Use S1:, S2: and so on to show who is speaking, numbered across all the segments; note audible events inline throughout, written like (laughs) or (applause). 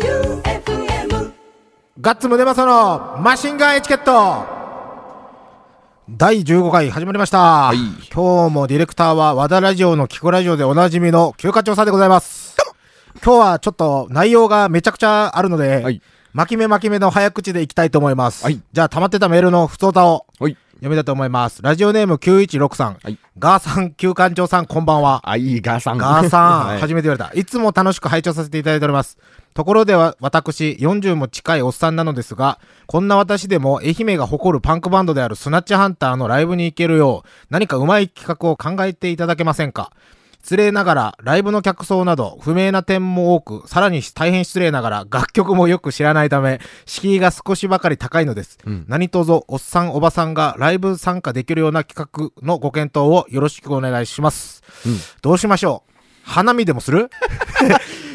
S1: J-O-E-U-F-M
S2: ガッツムネマソのマシンガンエチケット第15回始まりました、
S3: はい
S2: 今日もディレクターは和田ラジオのキコラジオでおなじみの休暇長さんでございます今日はちょっと内容がめちゃくちゃあるので、
S3: はい
S2: 巻き目巻き目の早口でいきたいと思います、
S3: はい
S2: じゃあ溜まってたメールの不相談を
S3: はい。
S2: 読みたいと思いますラジオネーム9163さん、
S3: はい
S2: ガーさん休館長さんこんばんは
S3: あ、いい、ガーさん。
S2: ガーさん、
S3: は
S2: 初
S3: じ
S2: めて言われた。いつも楽しく拝聴させていただいております。ところでは、私、40も近いおっさんなのですが、こんな私でも愛媛が誇るパンクバンドであるスナッチハンターのライブに行けるよう、何かうまい企画を考えていただけませんか失礼ながら、ライブの客層など、不明な点も多く、さらに大変失礼ながら、楽曲もよく知らないため、敷居が少しばかり高いのです。何卒、おっさん、おばさんがライブ参加できるような企画のご検討をよろしくお願いします。どうしましょう花見でもする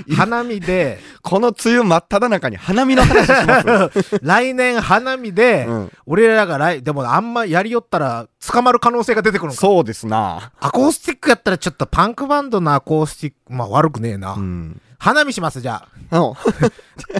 S2: (laughs) 花見で、
S3: この梅雨真っ只中に花見の話します (laughs)
S2: 来年花見で、
S3: うん
S2: 俺らが来、でもあんまやりよったら捕まる可能性が出てくるのか。
S3: そうですな。
S2: アコースティックやったらちょっとパンクバンドのアコースティック、まあ悪くねえな。
S3: うん。
S2: 花見します、じゃ
S3: あの
S2: あ。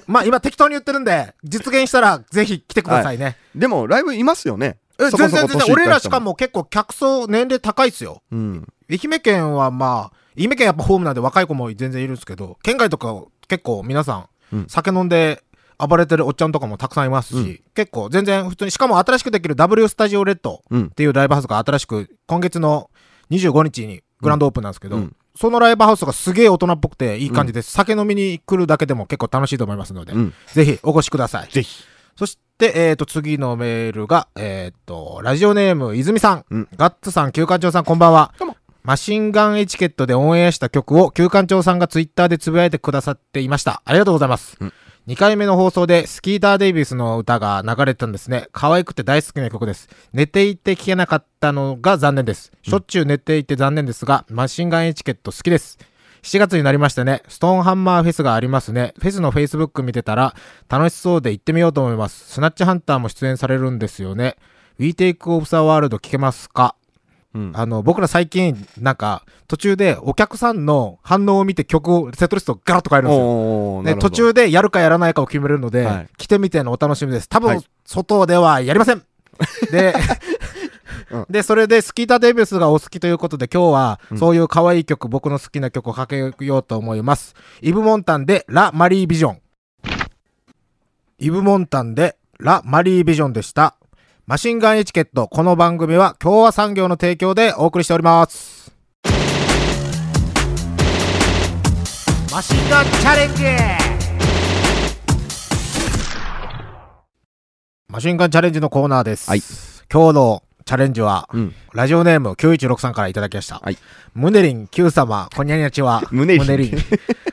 S2: まあ今適当に言ってるんで、実現したらぜひ来てくださいね。
S3: でも、ライブいますよね。
S2: え全然全然、俺らしか
S3: も。
S2: も結構客層年齢高いっすよ。
S3: うん。
S2: 愛媛県はまあ、愛媛県やっぱホームなんで若い子も全然いるんですけど、県外とか結構皆さん、
S3: うん
S2: 酒飲んで暴れてるおっちゃんとかもたくさんいますし、
S3: うん
S2: 結構全然普通に、しかも新しくできる W スタジオレッド
S3: うん
S2: っ。ていうライブハウスが新しく今月の25日にグランドオープンなんですけど、
S3: うんうん
S2: そのライブハウスがすげえ大人っぽくていい感じです、酒飲みに来るだけでも結構楽しいと思いますので、
S3: うん
S2: ぜひお越しください。
S3: ぜひ。
S2: そして、えー、と、次のメールが、えー、と、ラジオネーム、泉さん。
S3: うん
S2: ガッツさん、休館長さん、こんばんは
S3: どうも。
S2: マシンガンエチケットでオンエアした曲を、休館長さんがツイッターでつぶやいてくださっていました。ありがとうございます。
S3: うん
S2: 2回目の放送で、スキーター・デイビスの歌が流れてたんですね。可愛くて大好きな曲です。寝ていて聴けなかったのが残念です。しょっちゅう寝ていて残念ですが、マシンガンエチケット好きです。7月になりましたね。ストーンハンマーフェスがありますね。フェスの Facebook 見てたら楽しそうで行ってみようと思います。スナッチハンターも出演されるんですよね。We Take Off the World 聞けますか
S3: うん。
S2: あの、僕ら最近、なんか、途中でお客さんの反応を見て曲を、セットリストをガラッと変えるんですよ。
S3: おーな
S2: ね、
S3: るほ
S2: 途
S3: ど
S2: 中でやるかやらないかを決めるので、
S3: はい
S2: 来てみてのお楽しみです。多分、
S3: はい
S2: 外ではやりません。
S3: (laughs)
S2: で、 (laughs)
S3: うん
S2: で、それでスキーターデビュースがお好きということで、今日は、そういう可愛い曲、僕の好きな曲をかけようと思います。イブ・モンタンで、ラ・マリー・ビジョン。イブ・モンタンで、ラ・マリー・ビジョンでした。マシンガンエチケット、この番組は、共和産業の提供でお送りしております。マシンガンチャレンジマシンガンチャレンジのコーナーです。
S3: はい
S2: 今日のチャレンジは、
S3: うん。
S2: ラジオネーム9163さんからいただきました。
S3: はい
S2: ムネリン Q 様、こんにゃにゃちは。
S3: ムネリン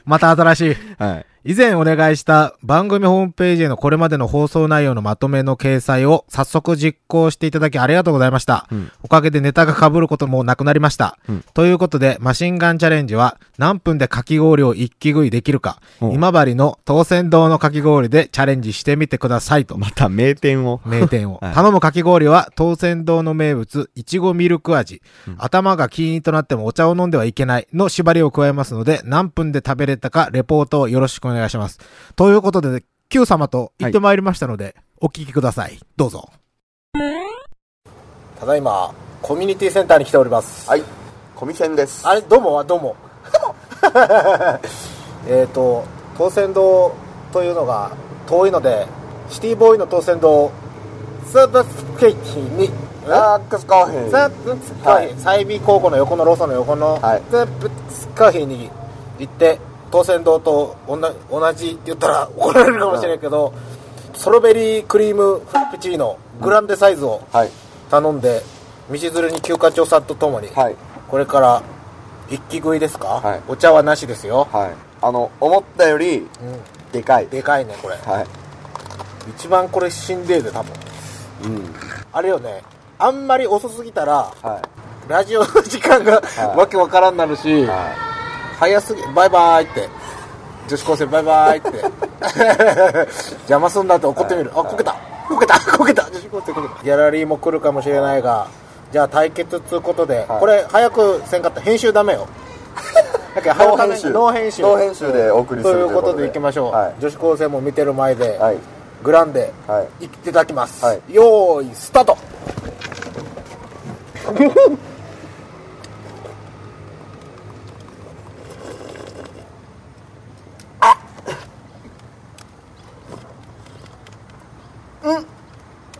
S2: また新しい。
S3: はい。
S2: 以前お願いした番組ホームページへのこれまでの放送内容のまとめの掲載を早速実行していただきありがとうございました。
S3: うん
S2: おかげでネタが被ることもなくなりました。
S3: うん
S2: ということで、マシンガンチャレンジは何分でかき氷を一気食いできるか、
S3: うん
S2: 今治の当選堂のかき氷でチャレンジしてみてくださいと。
S3: また名店を。
S2: 名店を。
S3: はい
S2: 頼むかき氷は、当選堂の名物、いちごミルク味。
S3: うん
S2: 頭がキーンとなってもお茶を飲んではいけないの縛りを加えますので、何分で食べれたか、レポートをよろしくお願いします。ということで、Q 様と行ってまいりましたので、お聞きください。どうぞ。ただいま、コミュニティセンターに来ております。
S3: はい。コミセンです。
S2: あれ、どうも、どうも。 (laughs) えっと、当選堂というのが遠いので、シティボーイの当選堂、サブスケーキに、
S3: ダックスコーヒ
S2: ザブツコーヒー、済美高校の横のローソンの横の、
S3: はい
S2: ザブツコーヒーに行って、当選堂と同じ同じって言ったら怒られるかもしれないけど、ソロベリークリームフラペチーノ、グランデサイズを
S3: はい。
S2: 頼んで、道連れに休暇長さんとともに、
S3: はい。
S2: これから一気食いですか、
S3: はい
S2: お茶はなしですよ、
S3: はい。あの、思ったより、
S2: うん、
S3: でかい。
S2: でかいねこれ
S3: はい。
S2: 一番これ死んでるで多分
S3: うん。
S2: あれよねあんまり遅すぎたら
S3: は
S2: ラジオの時間が、
S3: はい
S2: わけわからんなるし、
S3: い。は
S2: 早すぎバイバイって女子高生バイバイって (laughs) 邪魔すんなって怒ってみる、あこけたこけた (laughs) こけた女子高生こけたギャラリーも来るかもしれないがじゃあ対決っつうことで、
S3: はい (laughs)
S2: これ早くせんかったら編集ダメよだから
S3: ノー編集
S2: ノー編集
S3: ノー編集でお送りする
S2: ということ
S3: ということで
S2: でいきましょう、
S3: はい
S2: 女子高生も見てる前で、
S3: はい
S2: グランデ、
S3: はい
S2: いっていただきます、
S3: はい
S2: よーいスタート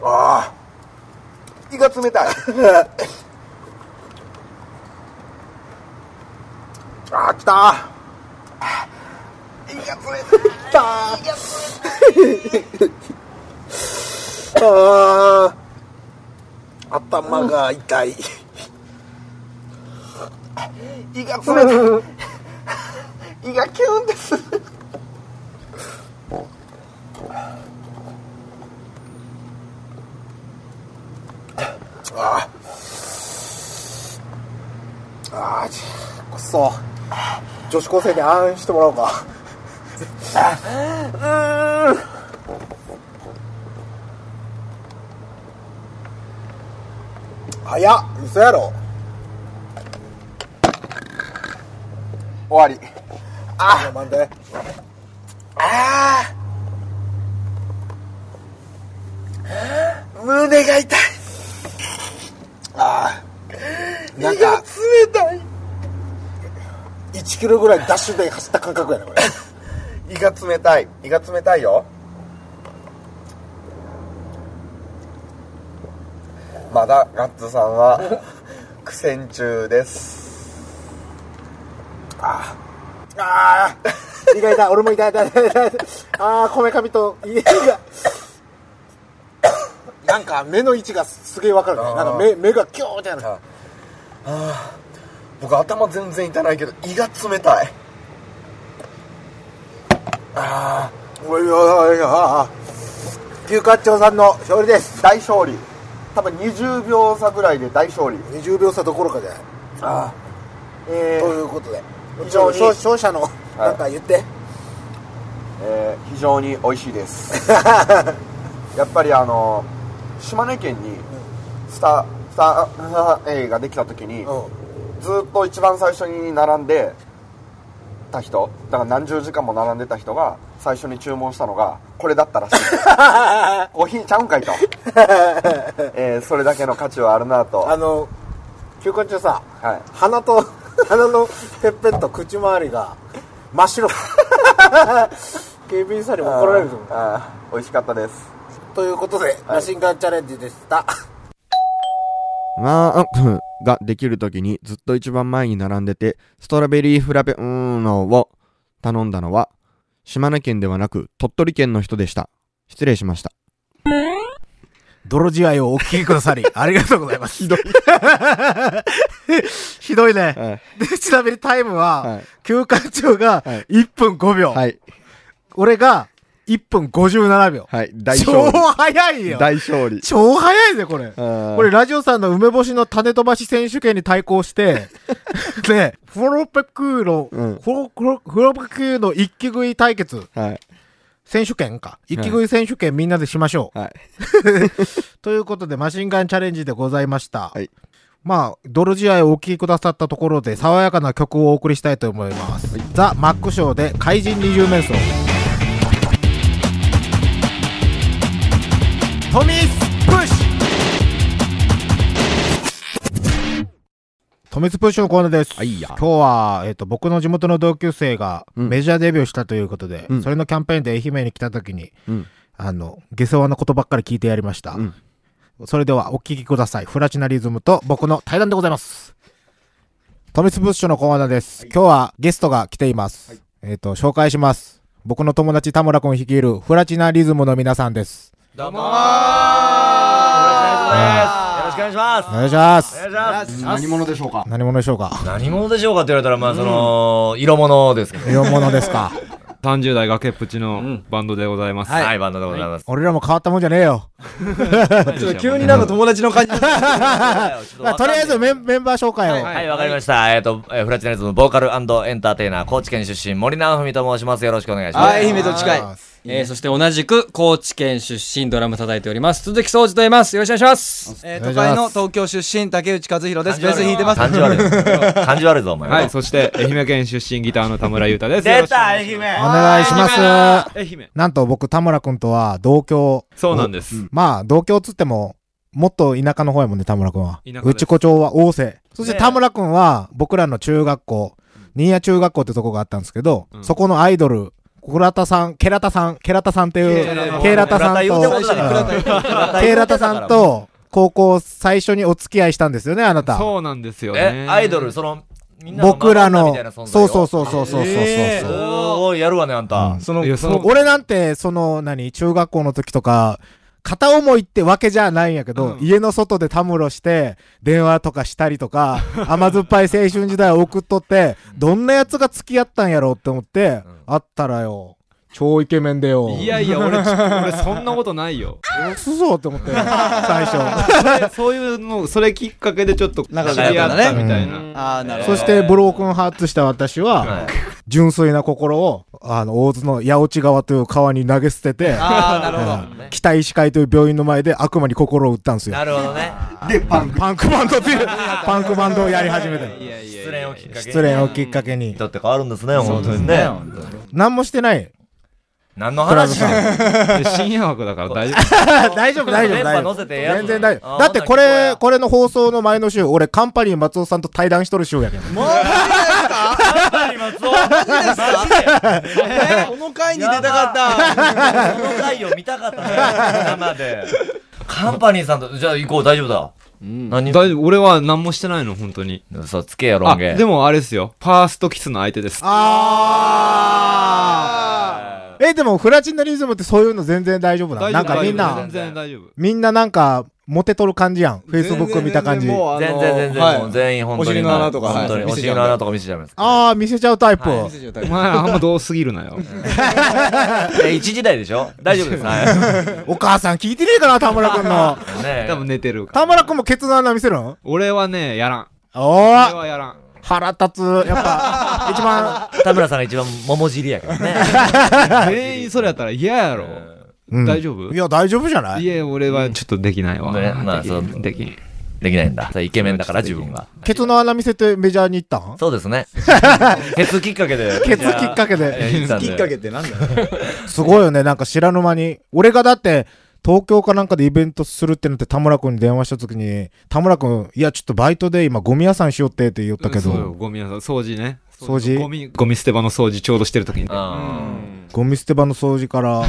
S3: ああ胃が冷 (laughs) たいああ来たあー胃が冷たい
S2: きたー
S3: (laughs)
S2: あー頭が痛い
S3: 胃が冷たい胃がキュンですあーあーじ
S2: くそ女子高生にあんしてもらおうか早っ嘘やろ
S3: 終わり
S2: あ待って
S3: ああ胸が痛いああなんか
S2: 冷たい1キロぐらいダッシュで走った感覚やねこれ
S3: (laughs) 胃が冷たい胃が冷たいよまだガッツさ
S2: (laughs)
S3: んは苦戦中です
S2: ああ意外だ俺も痛い痛い痛い痛いああこめかみと家
S3: (laughs)
S2: がなんか目の位置がすげえわかるね
S3: あー
S2: なんか目目がキョーってなる
S3: あ僕頭全然痛ないけど胃が冷たい
S2: おいおいおいああ牛カッチョウさんの勝利です
S3: 大勝利多分20秒差ぐらいで大勝利
S2: 20秒差どころかじゃない
S3: ああえ
S2: ということで
S3: 非常に
S2: 勝勝者のなんか言って、
S3: えー非常に美味しいです (laughs) やっぱりあの島根県にスタスタ A ができた時に、
S2: う
S3: ずっと一番最初に並んでた人だから何十時間も並んでた人が最初に注文したのがこれだったらしい
S2: (laughs)
S3: コーヒーちゃうんかいと、えーそれだけの価値はあるなと
S2: ん、あの休館中さ、
S3: はい
S2: 鼻と鼻のてっぺんと口周りが真っ白警備員さんにも怒られると思う
S3: あー美味しかったです
S2: ということで、マシンガンチャレンジでした
S4: まあ、ができるときにずっと一番前に並んでて、ストロベリーフラペうーのを頼んだのは、島根県ではなく鳥取県の人でした。失礼しました。
S2: 泥仕合をお聞きくだ
S4: (laughs)
S2: さりありがとうございますひどい (laughs) ひどいね、
S4: はい。
S2: でちなみにタイムは、
S4: はい
S2: 休館中が
S4: はい
S2: 1分5秒、
S4: はい。
S2: 俺が1分57秒、
S4: はい。大
S2: 超
S4: 勝利。
S2: 早いよ
S4: 大勝利。
S2: 超早いぜこれ
S4: こ
S2: これ、ラジオさんの梅干しの種飛ばし選手権に対抗
S4: (laughs)
S2: して、ね、フォロペクーの、
S4: うん
S2: フォロフォロフロペクーの一気食い対決、
S4: はい。
S2: 選手権か。一気食い選手権みんなでしましょう。
S4: はい。
S2: ということで、マシンガンチャレンジでございました。
S4: はい
S2: まあ、泥仕合をお聴きくださったところで、爽やかな曲をお送りしたいと思います。ザ・マックショーで怪人二重面相。トミースプッシュトミスプッシュのコーナーです。
S4: はいや
S2: 今日は、えっ、と、僕の地元の同級生が
S4: うん
S2: メジャーデビューしたということで、
S4: うん
S2: それのキャンペーンで愛媛に来た時に、
S4: うん。
S2: あの、下世話なことばっかり聞いてやりました。
S4: うん
S2: それではお聞きください。フラチナリズムと僕の対談でございます。トミスブッシュのコーナーです。今日はゲストが来ています。えっ、と、紹介します。僕の友達田村君率いるフラチナリズムの皆さんです。
S5: どうもーよろしくお願いします
S2: お願いします。
S5: お願いします
S4: 何者でしょうか
S2: 何者でしょうか
S5: 何者でしょうかって言われたらまあその色物ですけど
S2: 色物です
S5: (laughs)
S2: か
S6: 30代崖っぷちのバンドでございます。
S5: はいバンドでございます
S2: 俺らも変わったもんじゃねえよ。
S6: ちょっと
S5: 急
S6: 急
S5: に
S6: に
S5: な
S6: なんん
S5: か
S6: か
S5: 友達の感じ
S2: まあ、とりあえずメンメンバー紹介を。
S5: はい、わかりました。えっ、と、えーフラチナリズムボーカルエンターテイナー、高知県出身、森直文と申します。よろしくお願いします。
S7: はい愛媛と近い
S2: あー
S8: えーそして同じく高知県出身ドラム叩いております鈴木総司と言いますよろしくお願いします
S2: えー
S4: お願
S2: 都
S4: いします
S2: 会の東京出身竹内和弘ですベース弾いてます
S5: 感じ悪い。感じ悪いぞ、お前。
S6: はい、そして、愛媛県出身ギターの田村優太です。
S5: 出た愛媛
S4: お願いします。
S6: 愛媛
S4: なんと僕、田村くんとは同郷。
S6: そうなんです。
S4: まあ、同郷っつっても、もっと田舎の方やもんね、田村くんは
S6: 田舎で。す
S4: うちこ町は大瀬。そして
S5: ねえ
S4: 田村くんは、僕らの中学校、新谷中学校ってとこがあったんですけど、
S6: うん
S4: そこのアイドル、コラタさん、ケラタさん、ケラタさんっていう、ケラタさん
S5: 言うても
S4: と、
S5: だから
S4: ケラタさん、と、高校最初にお付き合いしたんですよね、あなた。
S6: そうなんですよね
S5: え、。アイドル、その、みんな
S4: 僕らの
S5: みたいな、存在
S4: そうそう
S5: う。
S4: そうそうそうそうそう。
S5: すごい、やるわね、あんた。
S4: その
S6: いや
S4: その
S6: そう
S4: 俺なんてその何中学校の時とか片思いってわけじゃないんやけど、家の外でたむろして電話とかしたりとか甘酸っぱい青春時代を送っとってどんなやつが付き合ったんやろうって思って、あったらよ超イケメンでよ
S6: いやい
S4: (laughs)
S6: や、俺、ち俺そんなことないよ。
S4: 嘘ぞって思って最初
S6: でそういうの、それきっかけでちょっと知り合
S2: 仲良
S6: っ
S2: くなったね
S6: たみたいな。
S2: ああなるほ
S4: そ
S2: ど
S4: してブロークンハーツした私は
S5: は
S4: 純粋な心をあの大津の八落川という川に投げ捨てて
S2: ああなるほど
S5: い
S4: 北医師会という病院の前で悪魔に心を打ったんですよ
S5: なるほどね。
S9: で、パンク。
S4: パンクバンド (laughs) っていう、パンクバンドをやり始めた。
S6: いやいや
S5: 失恋をきっかけに。
S4: 失恋をきっかけに。
S5: だって変わるんですね、本当にね。
S4: 何もしてない。
S5: 何の話してんの
S6: いや深夜枠だから大丈夫。
S4: 大丈夫、大丈夫、
S5: 電
S4: 大丈
S5: 波乗
S4: 夫。
S5: せてええやつ
S4: 全然大丈
S5: あ
S4: 夫。だってこ
S5: ほな聞
S4: れ、
S5: こ
S4: これの放送の前の週、俺、カンパニー松尾さんと対談しとる週やけん。
S5: えや松尾マジで
S2: えーこの回に出たかった
S5: この回を見たかったね、生で。カンパニーさんと、じゃあ行こう、大丈夫だ。何
S6: 大丈夫。俺は何もしてないの、本当に。
S5: 嘘つけよ、ロ
S6: あ、
S5: ン毛。
S6: でもあれですよ。ファーストキスの相手です。
S4: あー。え、でも、フラチンのリズムってそういうの全然大丈夫なの
S6: 大丈
S4: な
S6: 夫
S4: んかみん
S6: 全
S4: な、
S6: 然大丈夫。
S4: みんななんか、モテとる感じやん。フェイスブック見た感じ。
S2: もうあの
S5: 全然全然、
S2: はい
S5: もう全員本当に。
S2: お尻の穴とか
S5: 本当
S2: はい
S5: に、お
S2: 見せち
S5: 尻
S2: ゃう
S5: の穴とか見せちゃいます。
S4: あー、見せちゃうタイプ。
S6: お前あんまどうすぎるなよ。
S5: え、一時代でしょ大丈夫です。は
S4: お母さん聞いてねえかな、田村くん (laughs) の。
S5: い。ね
S6: 多分寝てるから。
S4: 田村くんもケツの穴見せる
S6: (laughs)
S4: の
S6: 俺はね、やらん。
S4: お
S6: 俺
S4: ー。
S6: はやらん。
S4: 腹立つ。やっぱ、一番、
S5: 田村さんが一番桃尻やからね。
S6: 全員それやったら嫌やろ。
S4: うん
S6: 大丈夫
S4: いや、大丈夫じゃない
S6: いや、俺はちょっとできないわ。
S5: ねまあ
S6: できん
S5: そう
S6: できん。
S5: できないんだ。イケメンだから、自分が。
S4: ケツの穴見せてメジャーに行ったん
S5: そうですね。ケツきっかけで。
S4: ケツきっかけで。
S5: け
S2: きっかけってなんだよ
S4: すごいよね、なんか知らぬ間に。俺がだって、東京かなんかでイベントするってなって田村君に電話した時に、田村君、いや、ちょっとバイトで今ゴミ屋さんしようってって言ったけ
S6: そうよ
S4: ど、
S6: ゴミ屋さん、掃除ね。
S4: 掃除
S6: ゴミ、ゴミ捨て場の掃除ちょうどしてる時に。
S5: うん
S4: ゴミ捨て場の掃除から、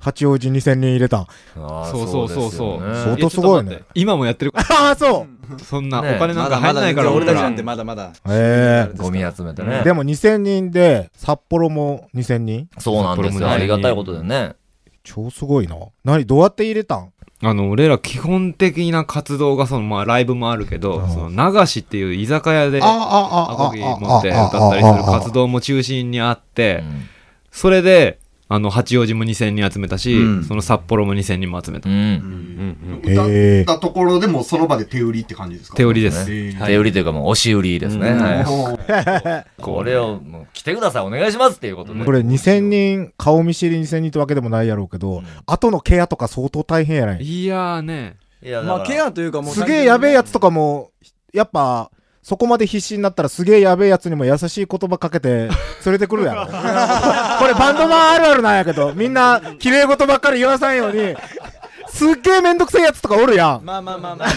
S4: 八王子2000人入れたん。
S5: あー
S6: そうそうそ
S5: で
S6: うそう。
S5: すよ
S4: 相
S5: ね
S4: 当すごいね
S6: や。ちょっと待って今もやってるか
S4: ああ、そう
S6: ら。そんな、お
S5: ね
S6: 金なんか入らないか
S2: まだまだ全然
S6: ら、
S2: 俺
S6: 俺
S2: たち
S6: たち
S2: な
S6: なんん
S2: て
S6: て。
S2: まだまだ
S4: ええ
S5: ゴミ集めてね。
S4: でも2000人で、札幌も2000人
S5: そうなんですよ。ありがたいことでね。
S4: 超すごいな。何どうやって入れたん
S6: あの、俺ら基本的な活動が、その、まあ、ライブもあるけど、その、流しっていう居酒屋で、
S4: ああ、
S6: ア
S4: ああ、あ
S6: コギ持って歌
S4: あ、
S6: ったりする活
S4: 動。
S6: 動も中心にあって
S5: う、ん
S6: それで、あの、八王子も2000人集めたし、
S5: うん
S6: その札幌も2000人も集めた。
S5: うん。
S4: ええ
S3: たところでもうその場で手売りって感じですか
S6: 手売りです。
S5: 手売りというかもう押し売りですね。はい (laughs) これをもう来てください、お願いしますっていうことで。
S4: これ2000人、顔見知り2000人ってわけでもないやろうけど、後のケアとか相当大変やない。
S6: いやーね。
S5: いや、だ
S2: まあ
S5: から
S2: ケアというかもう
S4: すげえやべえやつとかも、やっぱ、そこまで必死になったらすげえやべえやつにも優しい言葉か
S2: (laughs)
S4: けて連れてくるやろ。これバンドマンあるあるなんやけど、みんな綺麗事ばっかり言わさんように、すっげえめんどくせえやつとかおるやん。
S2: まあまあまあまあ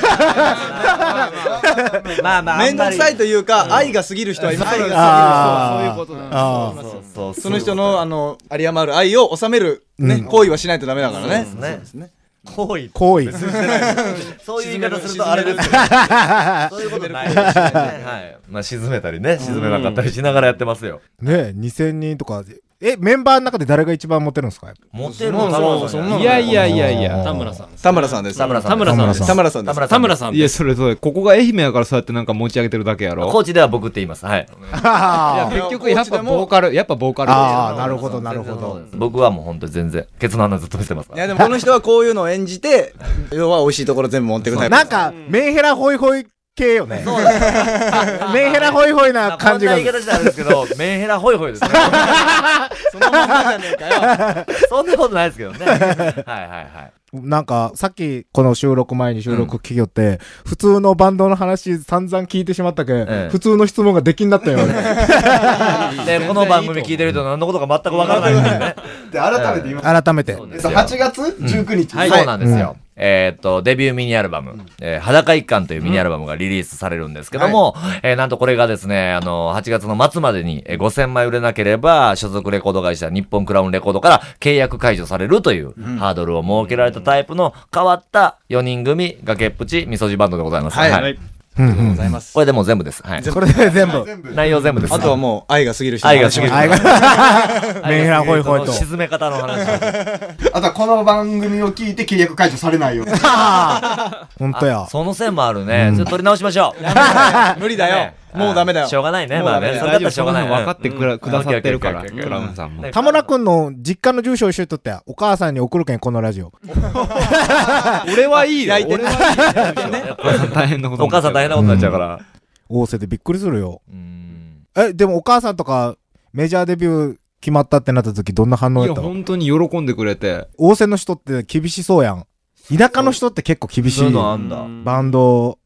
S2: まあまあ面倒くさいというか愛が過ぎる人はいますよ
S4: あー
S2: そうそうそう
S5: そうそう
S2: その人のあの有り余る愛を収める
S4: う
S2: ね
S4: ん
S2: 行為はしないとダメだからね
S5: そうですね。行為。 (laughs)
S4: 行為。
S5: そういう言い方するとあれですけど。そういうことないですね。はい。まあ、沈めたりね、沈めなかったりしながらやってますよ。
S4: ねえ、2000人とか。え、メンバーの中で誰が一番モテるんですか
S5: モテるの田村さんじゃない
S6: いやいやいやいや。
S8: 田村さんです
S2: 田村さんです
S5: 田村さん。
S8: 田村さんです
S2: 田村さんです
S5: 田村さ
S8: 田
S5: んで
S8: 村
S5: す。
S8: さん
S6: い
S8: で
S6: や、
S8: す
S6: それそれ、ここが愛媛やからそうやってなんか持ち上げてるだけやろ。
S5: コーチでは僕って言います。はい。
S6: いや、結局やっぱボーカル、やっぱボーカル。
S4: ああ、なるほど、なるほど。
S5: 僕はもう本当に全然、ケツの穴ずっと見せてます。
S2: いやでもこの人はこういうのを演じて要は美味しいところ全部持ってくタイプ
S4: なんか、メンヘラホイホイ
S2: 系よね。
S4: (laughs)
S5: そうです
S2: メンヘラホイホイ
S5: ま
S2: な
S5: あこ
S2: 感
S5: ん
S2: じ
S5: な
S2: が
S5: 言い。方したんですけど、メンヘラホイホイですね。
S8: そのまんまじゃねえかよ。
S5: そんなことないですけどね。はいはいはい。
S2: なんか、さっきこの収録前に収録企業って、普通のバンドの話散々聞いてしまったけ、
S5: え
S2: ん、普通の質問ができんなったよ。
S8: (laughs)
S5: で、この番組聞いてる人何のことか全くわからないんですよね。
S10: で、改めて今、
S2: 改めて。
S5: そう
S10: え
S5: で
S10: っ
S5: す
S10: と
S5: よ
S10: 8月19日、
S5: はい、そうなんですよ。えーっと、デビューミニアルバム、えー裸一貫というミニアルバムがリリースされるんですけども、えーなんとこれがですね、あの、8月の末までにえー5000枚売れなければ、所属レコード会社日本クラウンレコードから契約解除されるというハードルを設けられたタイプの変わった4人組、崖っぷち、みそじバンドでございます。はい。
S8: ございます。
S5: これでもう全部です。はい。
S2: これで全部。
S5: 内容全部です。
S8: あとはもう愛が過ぎる人
S5: 愛が過ぎる
S2: あいが (laughs) メンヘラホイホイと。
S5: 沈め方の話。
S10: あとはこの番組を聞いて契約解除されないように。
S2: ほんとや。
S5: その線もあるね。ちょっと取り直しましょう。 (laughs)
S8: 無理だよ
S5: ね
S8: もうダメだよ
S5: しょうがないね。
S8: もう
S5: まあ
S8: ダ
S5: ね。
S8: メだよ
S5: それだったらしょうがない。
S6: 分かってくらくださってるから、
S5: うん
S6: クラウンさんも。
S2: 田村くんの実家の住所を一緒にとったや。お母さんに送るけん、このラジオ。
S8: 俺はいいよ俺はいいよね
S6: 大変なこと
S5: お
S6: にな
S5: 母さ
S6: っちゃうん
S5: 大変なことになっちゃうから。
S2: 大瀬でびっくりするよ。
S5: うん
S2: え、でもお母さんとか、メジャーデビュー決まったってなった時、どんな反応
S6: い
S2: や
S6: や、
S2: ったの
S6: 本当に喜んでくれて。
S2: 大瀬の人って厳しそうやん。田舎の人って結構厳し
S5: そういう
S2: い。
S5: のあんだ。
S2: バンド、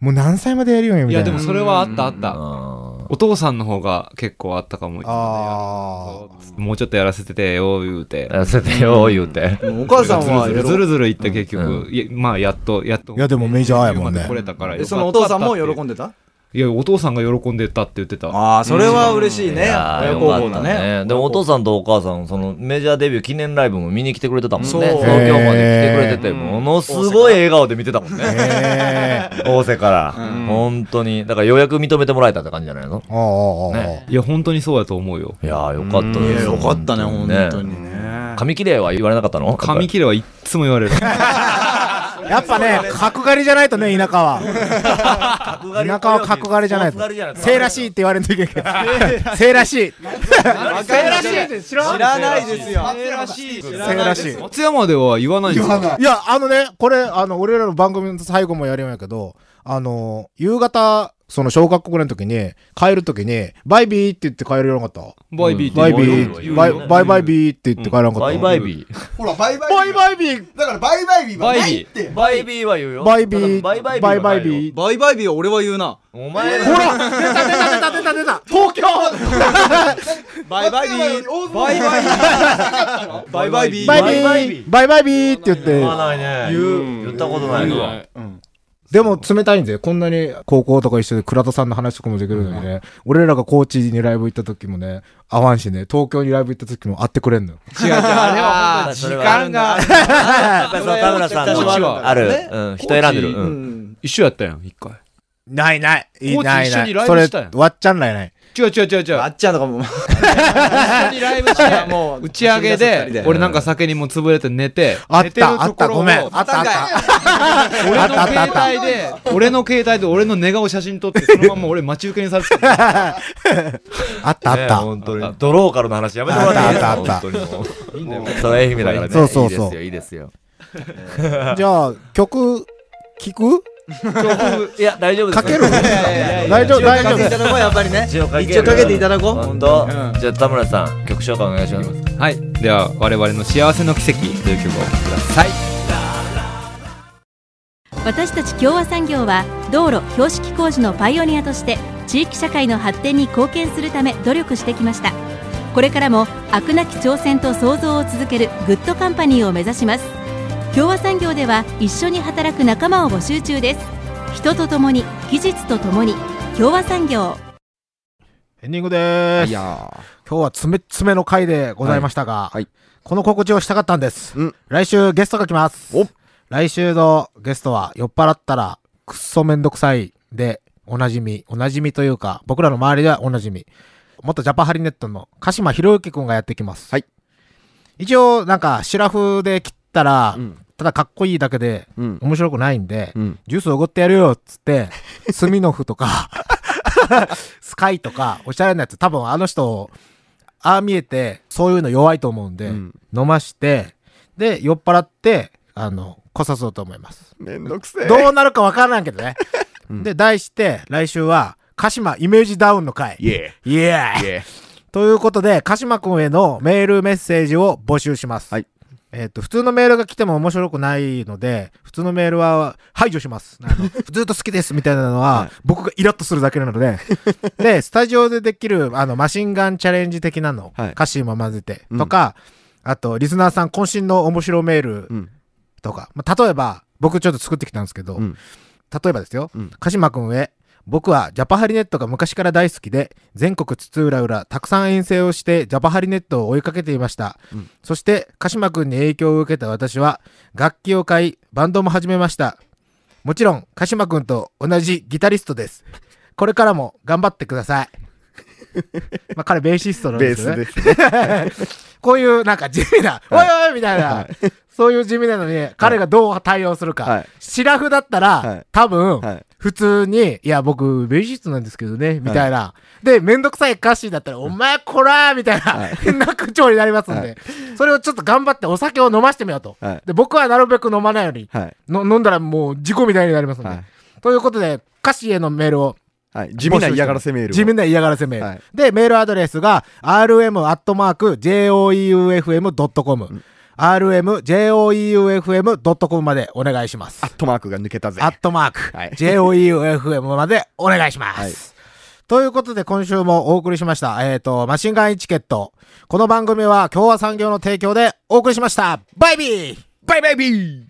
S2: もう何歳までやるよ、みたい
S6: い
S2: な。
S6: や、でもそれはあったあった。
S5: あ
S6: お父さんの方が結構あったかも。
S2: あ
S6: もうちょっとやらせててよ、言うて。
S5: ー。せてよ、言うて。
S8: お母さんは
S6: ずるずるずるずる言って結局、
S5: う
S6: いやまあやっとやっと
S2: いやでもメジャーやもんね
S6: まで来れたからよか
S8: え
S6: った
S8: そのお父さんも喜
S6: で
S8: んでた
S6: いやお父さんが喜んでたって言ってた
S8: ああそれは嬉しい
S5: い
S8: ね
S5: やー
S8: 親
S5: よ
S8: 孝
S5: か
S8: 行
S5: っ
S8: だ
S5: た
S8: ね
S5: ね。でもお父さんとお母さん、そのメジャーデビュー記念ライブも見に来てくれてたもんね。
S8: そう
S5: 東京まで来てくれてて、ものすごい笑顔で見てたもんね。大瀬から。本当に。だからようやく認めてもらえたって感じじゃないの
S2: ああああああ
S5: ね
S6: いや本当にそうやと思うよ
S5: いやーよかった
S8: い
S5: で
S8: や
S5: す。
S8: よかったね本当に。ね
S5: 髪綺麗は言われなかったの
S6: 髪切れはいっつも言われる
S2: やっぱね、角刈りじゃないとね、田舎は。
S5: 角
S2: 田舎は角刈りじゃないと。せいらしいっ
S5: い。
S2: て言われるといけない。せいらしい。
S8: せいらしいって
S2: 知ら
S8: 知らないですよ
S2: せいらしい。
S6: 松山では言わないんですか
S2: いや、あのね、これ、あの、俺らの番組の最後もやるんやけど、あの、夕方、その小学校ぐらいの時に、帰る時に、バイビーって言って帰れなかった
S6: バイビーって
S2: バイビ
S5: 言う
S2: ー、バイバイバイビーって言って帰らなかった
S5: バイバイビー。
S10: ほら、バイバイ。
S2: バイバイビー
S10: だから、バイバイビーはないって。
S5: バイビーは言うよ。
S2: バイビー、
S5: バ
S2: バ
S5: イ
S2: イ
S5: バ
S2: バ
S5: イ
S2: イ
S5: ビーはないよ。
S2: ビー。
S8: バイバイビーは俺は言うな
S5: お前ら
S2: ほら出た出た出た出た出た東京
S8: バイバイビーバイバイビーバイバイビー
S2: バイ
S5: バイバイ
S2: ビ
S5: ビ
S2: ーバイバイビーって言
S5: 言
S2: っ
S5: わ
S2: て。
S5: ないね。言う。言ったことないわ。
S2: でも冷たいんで、こんなに高校とか一緒で倉田さんの話とかもできるのにね、俺らが高知にライブ行った時もね、会わんしね、東京にライブ行った時も会ってくれんのよ。
S6: 違う違う (laughs) あれは
S5: 時間が。やっぱりその田村さん
S6: コーチは
S5: のある。うん。人選んでる。
S6: コーチ
S5: うん。
S6: 一緒やったやん一回
S2: ないない。い
S6: 高知
S2: ない
S6: 一緒に
S2: ない。
S6: ライ
S2: そ
S6: ブ
S2: れ
S6: したやん、
S2: わっちゃんらいない。
S6: 違う違う違う違
S8: あ
S6: う
S8: っちゃんとかも
S6: 一緒にライブして
S8: もう
S6: 打ち上げで俺なんか酒にも潰れて寝て
S2: あっ
S6: 寝てる
S2: た、あ
S6: と
S2: っ
S6: こ
S2: た、
S6: ろを
S2: ごめん。あった、あった。
S6: 俺
S2: あ
S6: の
S2: ったあったあった
S6: 携帯で、俺の携帯で俺の寝顔写真撮って、そのまま俺待ち受けにされ
S2: (laughs)
S6: てた。
S4: (laughs)
S2: あった、あ
S5: ね
S2: った。
S5: 本当に。ドローカルの話やめてもらっていいですか
S2: あったあった
S5: 本当にもう。それ愛媛だからね。
S2: そうそうそう
S5: いいですよ、
S2: じゃあ、曲、聞く
S5: いいですよ。いや、大丈夫です。
S2: かける
S5: 大
S2: 大丈夫、大
S8: かけてい
S2: 丈
S8: ただこうやっぱりね
S5: 一応かける
S8: 一応かけていただこう
S5: 本当、じゃあ田村さん、曲紹介お願いします。
S6: はい。では、我々の幸せの奇跡という曲をお聴きください。
S11: 私たち共和産業は道路標識工事のパイオニアとして地域社会の発展に貢献するため努力してきましたこれからも飽くなき挑戦と創造を続けるグッドカンパニーを目指します共和産業では一緒に働く仲間を募集中です人と共に技術と共に共和産業
S2: エンディングでー
S4: い
S2: す。
S4: や
S2: 今日は爪爪の回でございましたが、
S4: いはい
S2: この告知をしたかったんです。
S4: うん
S2: 来週ゲストが来ます
S4: お。
S2: 来週のゲストは酔っ払ったらくっそめんどくさいでおなじみ、おなじみというか僕らの周りではおなじみ。元ジャパハリネットの鹿島博之くんがやってきます。
S4: はい
S2: 一応なんかシラフで切ったら、
S4: うん
S2: ただかっこいいだけで
S4: ー。うん。
S2: 面白くないんで、
S4: うん。
S2: ジュースおごってやるよっつ
S4: (laughs)
S2: って、スミノフとか、スカイとか、おしゃれなやつ、多分あの人、ああ見えて、そういうの弱いと思うんで、
S4: うん
S2: 飲まして、で、酔っ払って、あの、こさそうと思います。
S4: めんどくせえ。
S2: どうなるかわからんけどね。
S4: うん
S2: で、題して、来週は、鹿島イメージダウンの回。
S4: イエ
S2: イエーイ
S4: イエ
S2: ということで、鹿島くんへのメールメッセージを募集します。
S4: はい
S2: えっ、と、普通のメールが来ても面白くないので、普通のメールは排除します。あの (laughs) ずっと好きですみたいなのは、僕がイラッとするだけなので。で、スタジオでできる、あの、マシンガンチャレンジ的なの、
S4: はい
S2: 歌詞も混ぜて、
S4: うん
S2: とか、あと、リスナーさん渾身の面白メール
S4: うん
S2: とか、まあ、例えば、僕ちょっと作ってきたんですけど、
S4: うん
S2: 例えばですよ、
S4: うん
S2: 鹿島くんへ、僕はジャパハリネットが昔から大好きで、全国津々浦々たくさん遠征をしてジャパハリネットを追いかけていました。
S4: うん
S2: そして、鹿島くんに影響を受けた私は、楽器を買い、バンドも始めました。もちろん、鹿島くんと同じギタリストです。これからも頑張ってください。まあ彼ベーシストなん
S4: ベ
S2: で
S4: ー
S2: すよ
S4: ス
S2: ね
S4: で。すね。
S2: (laughs) こういうなんか地味な、おい
S4: はい
S2: おいみたいな、そういう地味なのに、彼がどう対応するか。
S4: はい
S2: シラフだったら、
S4: はい
S2: 多分、
S4: はい
S2: 普通に、いや、僕、ベーシストなんですけどね、みたいな。で、めんどくさい歌詞だったら、お前、こらーみたいな、変な口調になりますんで、
S4: は
S2: それをちょっと頑張ってお酒を飲ましてみようと。
S4: はい
S2: で、僕はなるべく飲まないように、
S4: はい。
S2: の飲んだらもう事故みたいになりますんで。
S4: はい
S2: ということで、歌詞へのメールを
S4: はい。地味な嫌がらせメールを。
S2: 地味な嫌がらせメール。
S4: はい
S2: で、メールアドレスが rm.joeufm.com、rmjoeufm.com までお願いします
S4: ア。ットマークが抜けたぜ
S2: ア。ットマーク、
S4: はい
S2: joeufm までお願いします。
S4: はい
S2: ということで今週もお送りしました。えっ、と、マシンガンエチケット。この番組は共和産業の提供でお送りしました。バイビー
S4: バイバイビー